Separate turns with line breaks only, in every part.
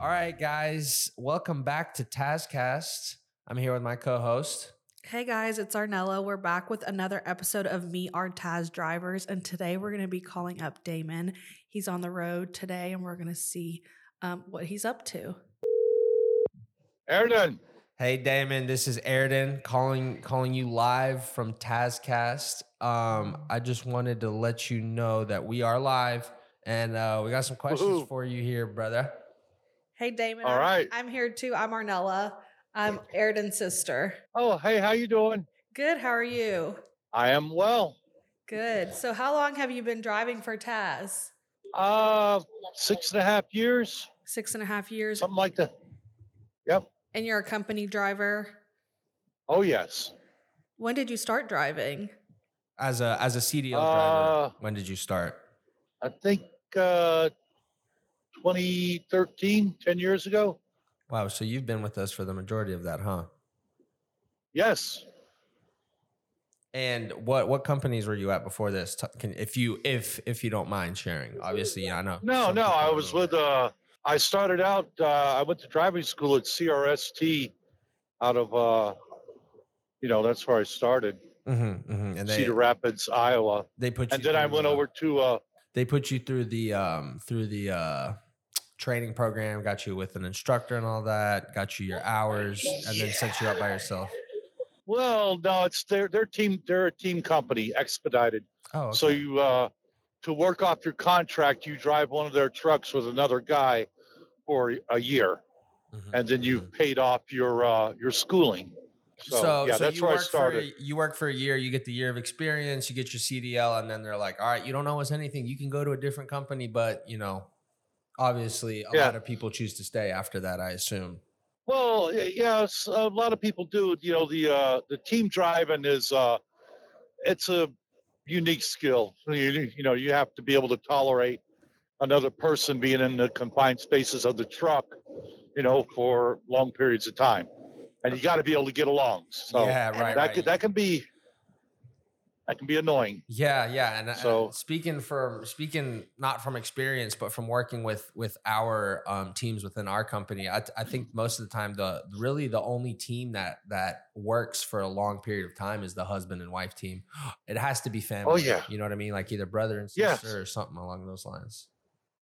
right, guys, welcome back to Tazcast. I'm here with my co-host.
Hey guys, it's Arnella. We're back with another episode of Meet Our Taz Drivers. And today we're going to be calling up Damon. He's on the road today and we're going to see um, what he's up to.
Erden,
Hey, Damon, this is Airden calling calling you live from Tazcast. Um, I just wanted to let you know that we are live and uh, we got some questions
Woohoo.
for you here, brother.
Hey Damon.
All
I'm-
right.
I'm here too. I'm Arnella. I'm Airden's sister.
Oh, hey, how you doing?
Good. How are you?
I am well.
Good. So, how long have you been driving for Taz?
Uh, six and a half years,
Six and a half years.
something like that. Yep.
And you're a company driver.
Oh, yes.
When did you start driving?
As a as a CDL
Uh,
driver, when did you start?
I think uh, 2013, 10 years ago.
Wow, so you've been with us for the majority of that, huh?
Yes.
And what what companies were you at before this? T- Can, if you if if you don't mind sharing, obviously I know.
No,
some
no,
people
I
don't
was
know.
with, uh, I started out, uh, I went to driving school at CRST out of, uh, you know, that's where I started,
Mhm, mhm, and they
Cedar Rapids, Iowa.
they put you
And then I
through,
went
uh,
over to, uh,
They put you through the um through the uh training program, got you with an instructor and all that, got you your hours, and then sent you out by yourself.
well, no, it's their, their team, they're a team company, Expedited.
Oh,
So
okay.
you, uh, to work off your contract, you drive one of their trucks with another guy for a year,
Mhm,
and then
mhm.
you've paid off your uh, your schooling. So, yeah, that's
you
where I
work
started.
For, you work for a year, you get the year of experience, you get your CDL, and then they're like, "All right, you don't owe us anything. You can go to a different company, but you know, obviously, a
Yeah.
lot of people choose to stay after that. I assume.
Well, y- yes, a lot of people do. You know, the uh, the team driving is uh, it's a unique skill. You, you know, you have to be able to tolerate another person being in the confined spaces of the truck, you know, for long periods of time, and you got to be able to get along. So.
yeah, right.
that
right.
could, that can be that can be annoying.
Yeah, yeah, and, and
So-
speaking from speaking not from experience, but from working with with our um, teams within our company, I, I think most of the time the really the only team that that works for a long period of time is the husband and wife team. It has to be family.
Oh, yeah.
you know what I mean, like either brother and sister
Yes.
or something along those lines.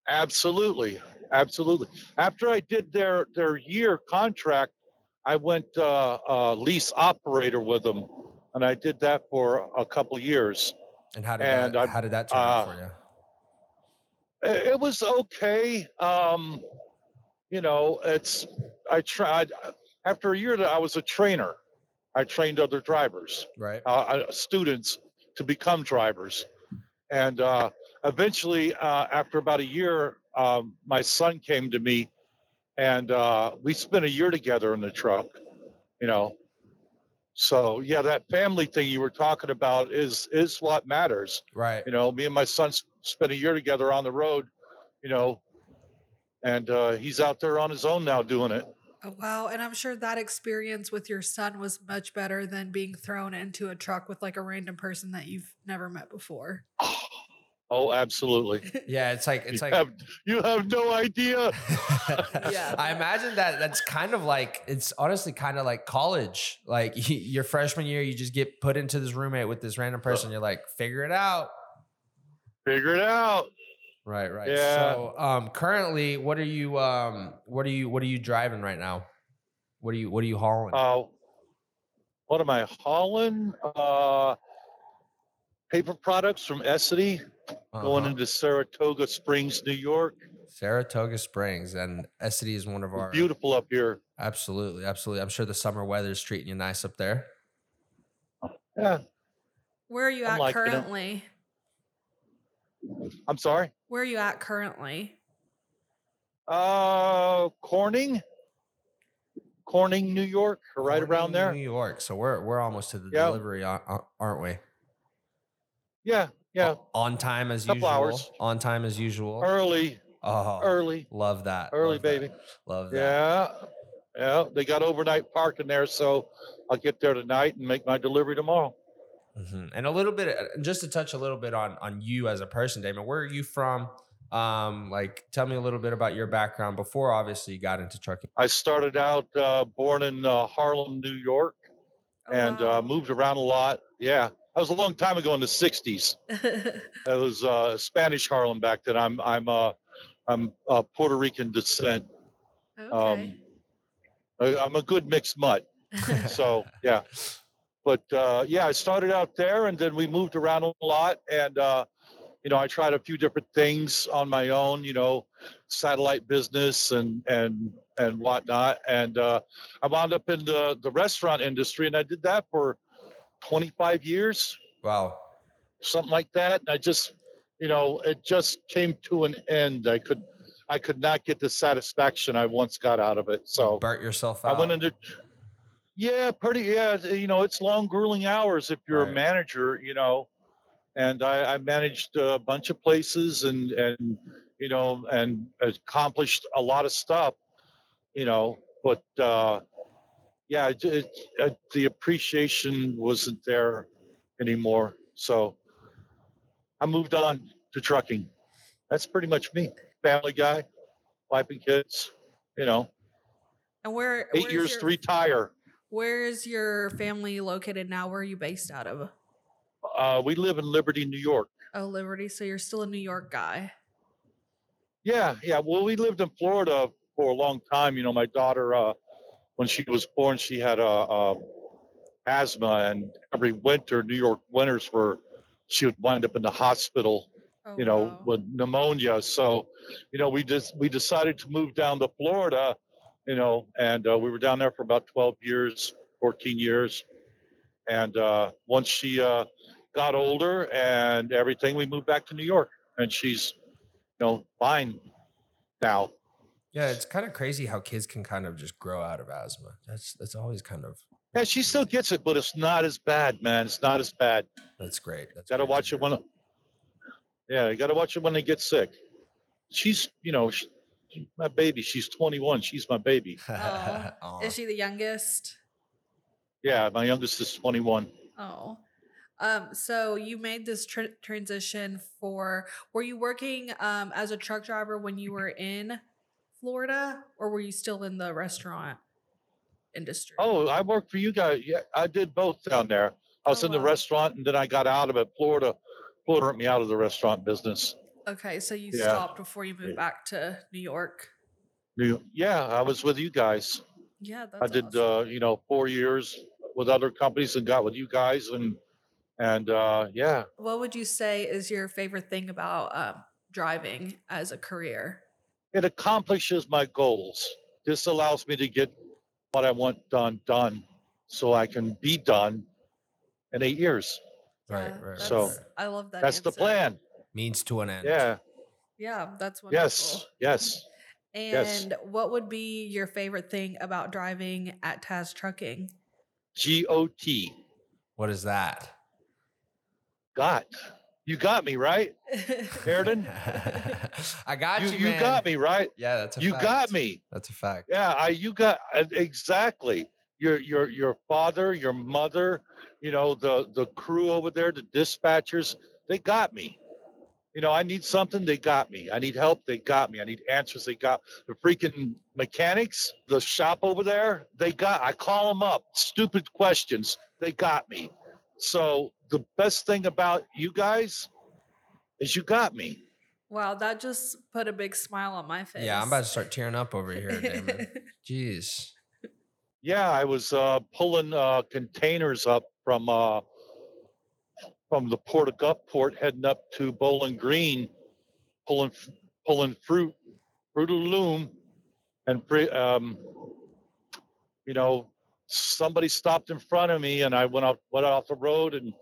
Absolutely, absolutely. After I did their their year contract, I went uh, uh, lease operator with them, and I did that for a couple years.
And how did
And
that,
I-
how did that turn out
uh,
for you?
It, it was okay. Um, you know, it's I tried after a year that I was a trainer. I trained other drivers.
Right.
uh, uh, students to become drivers. And uh, eventually, uh, after about a year, um, my son came to me and uh, we spent a year together in the truck, you know. So yeah, that family thing you were talking about is is what matters.
Right.
You know, me and my son s- spent a year together on the road, you know, and uh, he's out there on his own now doing it.
Oh, wow. And I'm sure that experience with your son was much better than being thrown into a truck with like a random person that you've never met before.
Oh, absolutely.
Yeah, it's like it's
you,
like
have, you have no idea.
Yeah.
I imagine that that's kind of like it's honestly kind of like college. Like your freshman year, you just get put into this roommate with this random person. You're like, figure it out.
Figure it out.
Right, right.
Yeah.
So um currently, what are you um what are you what are you driving right now? What are you what are you hauling?
Uh, what am I hauling? Uh, paper products from Essity going
Uh-huh.
into Saratoga Springs, New York.
Saratoga Springs and Essity is one of
It's
our
beautiful up here.
absolutely, absolutely. I'm sure the summer weather is treating you nice up there.
Yeah,
Where are you
I'm
at
liking it.
currently?
I'm sorry.
Where are you at currently?
Uh, Corning, Corning, New York, or right
Corning,
around there.
New York. So we're we're almost to the
Yeah.
delivery, ar- ar- aren't we?
Yeah, yeah.
on time as
Couple
usual.
hours.
On time as usual.
Early,
oh,
early,
love that.
early,
Oh. love that,
baby.
Love that.
Yeah, yeah. They got overnight parking there, so I'll get there tonight and make my delivery tomorrow.
Mm-hmm. uh, Mhm. And a little bit, just to touch a little bit on on you as a person, Damon. Where are you from? Um, like, tell me a little bit about your background before, obviously, you got into trucking.
I started out uh, born in uh, Harlem, New York,
Oh,
and uh, moved around a lot. Yeah, that was a long time ago in the '60s. That was uh, Spanish Harlem back then. I'm I'm uh, I'm uh, Puerto Rican descent.
okay.
um, I- I'm a good mixed mutt. So yeah, but uh, yeah, I started out there, and then we moved around a lot, and uh, you know, I tried a few different things on my own. You know, satellite business and and and whatnot, and uh, I wound up in the the restaurant industry, and I did that for 25 years,
wow.
something like that. And I just, you know, it just came to an end. I could. I could not get the satisfaction I once got out of it. So
Burnt yourself
I
out.
went into. Yeah, pretty. Yeah, it's, you know, it's long, grueling hours if you're
Right.
a manager, you know. And I, I managed a bunch of places and and you know and accomplished a lot of stuff, you know. But uh, yeah, it, it, uh the appreciation wasn't there anymore, so I moved on to trucking. That's pretty much me. Family guy, wife and kids, you know
And where
eight
where's
years
your,
to retire.
Where is your family located now? Where are you based out of?
Uh, we live in Liberty, New York.
Oh, Liberty. So you're still a New York guy.
Yeah, yeah. Well, we lived in Florida for a long time. You know, my daughter, uh, when she was born, she had uh, uh, asthma, and every winter, New York winters were, she would wind up in the hospital.
Oh,
you know,
wow.
with pneumonia. So, you know, we just we decided to move down to Florida. You know, and uh, we were down there for about 12 years, 14 years. And uh, once she uh, got older and everything, we moved back to New York, and she's, you know, fine now.
yeah, it's kind of crazy how kids can kind of just grow out of asthma. That's that's always kind of
Yeah, she still gets it, but it's not as bad, man. It's not as bad.
that's great. That's
Got to
great to
watch it
hear.
when. Yeah, you got to watch it when they get sick. She's, you know, she, my baby. She's 21. She's my baby.
Oh,
Aw.
Is she the youngest?
Yeah, my youngest is 21.
Oh. Um, so you made this tr- transition for were you working um, as a truck driver when you were in Florida or were you still in the restaurant industry?
Oh, I worked for you guys. Yeah, I did both down there. I was
Oh,
in the
wow.
restaurant, and then I got out of it. Florida, Florida ripped me out of the restaurant business.
Okay, so you
Yeah.
stopped before you moved
Yeah.
back to New York.
You- Yeah, I was with you guys.
Yeah, that's
I did,
awesome.
uh, you know, four years with other companies, and got with you guys, and and uh, yeah,
What would you say is your favorite thing about um, driving as a career?
it accomplishes my goals. This allows me to get what I want done done, so I can be done in eight years.
right,
Yeah,
right, right.
So-
right.
that's- I love that.
That's the
answer.
plan.
means to an end.
Yeah.
Yeah, that's wonderful.
Yes. Yes.
And
Yes.
what would be your favorite thing about driving at Taz Trucking?
G O T.
What is that?
God, you got me right. Sheridan?
I got
You
you.
you
man.
got me right.
Yeah, that's a
You
fact.
got me.
That's a fact.
Yeah, I you got uh, exactly. Your your your father, your mother, you know the the crew over there, the dispatchers. They got me. You know, I need something. They got me. I need help. They got me. I need answers. They got the freaking mechanics, the shop over there. They got. I call them up. Stupid questions. They got me. So the best thing about you guys is you got me.
Wow, that just put a big smile on my face.
Yeah, I'm about to start tearing up over here, Damon. Jeez.
Yeah, I was uh, pulling uh, containers up from uh, from the port of Gulfport, heading up to Bowling Green, pulling f- pulling fruit, fruit of the loom, and pre- um, you know somebody stopped in front of me, and I went off went off the road and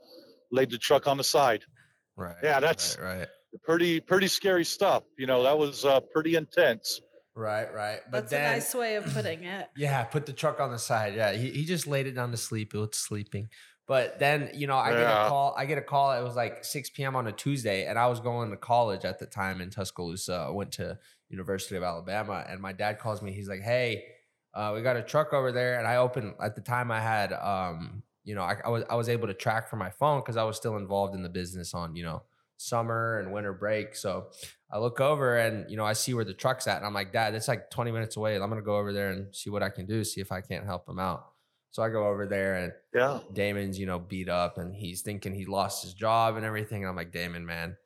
laid the truck on the side.
Right.
Yeah, that's-
right.
Pretty pretty scary stuff. You know that was uh, pretty intense.
Right, right. right. But
That's
then
a nice way of putting it.
yeah, put the truck on the side. Yeah, he, he just laid it down to sleep. It was sleeping. But then you know, I get a
Yeah.
call. I get a call. It was like 6 p.m. on a Tuesday, and I was going to college at the time in Tuscaloosa. I went to University of Alabama, and my dad calls me. He's like, "Hey, uh, we got a truck over there." And I opened at the time. I had, um, you know, I, I was I was able to track from my phone because I was still involved in the business on you know summer and winter break. So I look over and you know I see where the truck's at, and I'm like, Dad, it's like 20 minutes away. I'm gonna go over there and see what I can do, see if I can't help him out. So I go over there and
Yeah.
Damon's you know beat up, and he's thinking he lost his job and everything. And I'm like, Damon, man,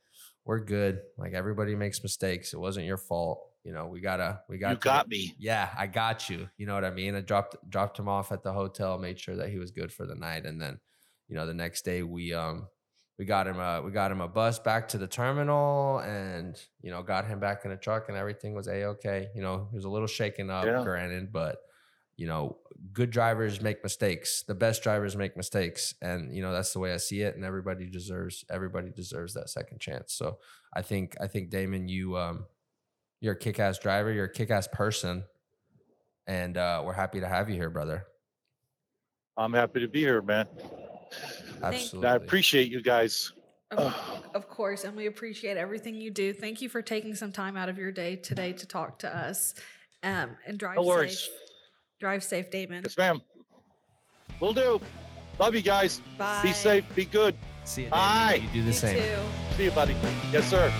we're good. Like everybody makes mistakes. It wasn't your fault. You know, we gotta we got
You got me.
yeah, I got you. You know what I mean? I dropped dropped him off at the hotel, made sure that he was good for the night, and then, you know, the next day we um we got him a we got him a bus back to the terminal, and you know got him back in the truck, and everything was a okay. You know, he was a little shaken up,
Yeah.
granted, but you know, good drivers make mistakes. The best drivers make mistakes, and you know that's the way I see it. And everybody deserves everybody deserves that second chance. So I think I think Damon, you um, you're a kick-ass driver. You're a kick-ass person, and uh, we're happy to have you here, brother.
I'm happy to be here, man.
Absolutely.
I appreciate you guys.
Of, of course, and we appreciate everything you do. Thank you for taking some time out of your day today to talk to us. Um, and drive
No worries.
safe. Drive safe, Damon.
Yes, ma'am. Will do. Love you guys.
Bye.
Be safe. Be good.
See you.
Bye.
Damon. You do the
You
same.
too.
See you, buddy. Yes, sir.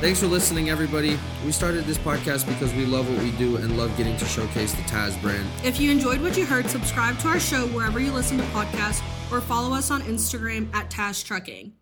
Thanks for listening, everybody. We started this podcast because we love what we do and love getting to showcase the Taz brand.
If you enjoyed what you heard, subscribe to our show wherever you listen to podcasts or follow us on Instagram at Tash Trucking.